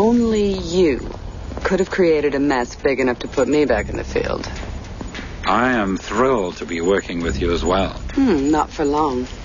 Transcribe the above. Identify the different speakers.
Speaker 1: Only you could have created a mess big enough to put me back in the field.
Speaker 2: I am thrilled to be working with you as well.
Speaker 1: Hmm, not for long.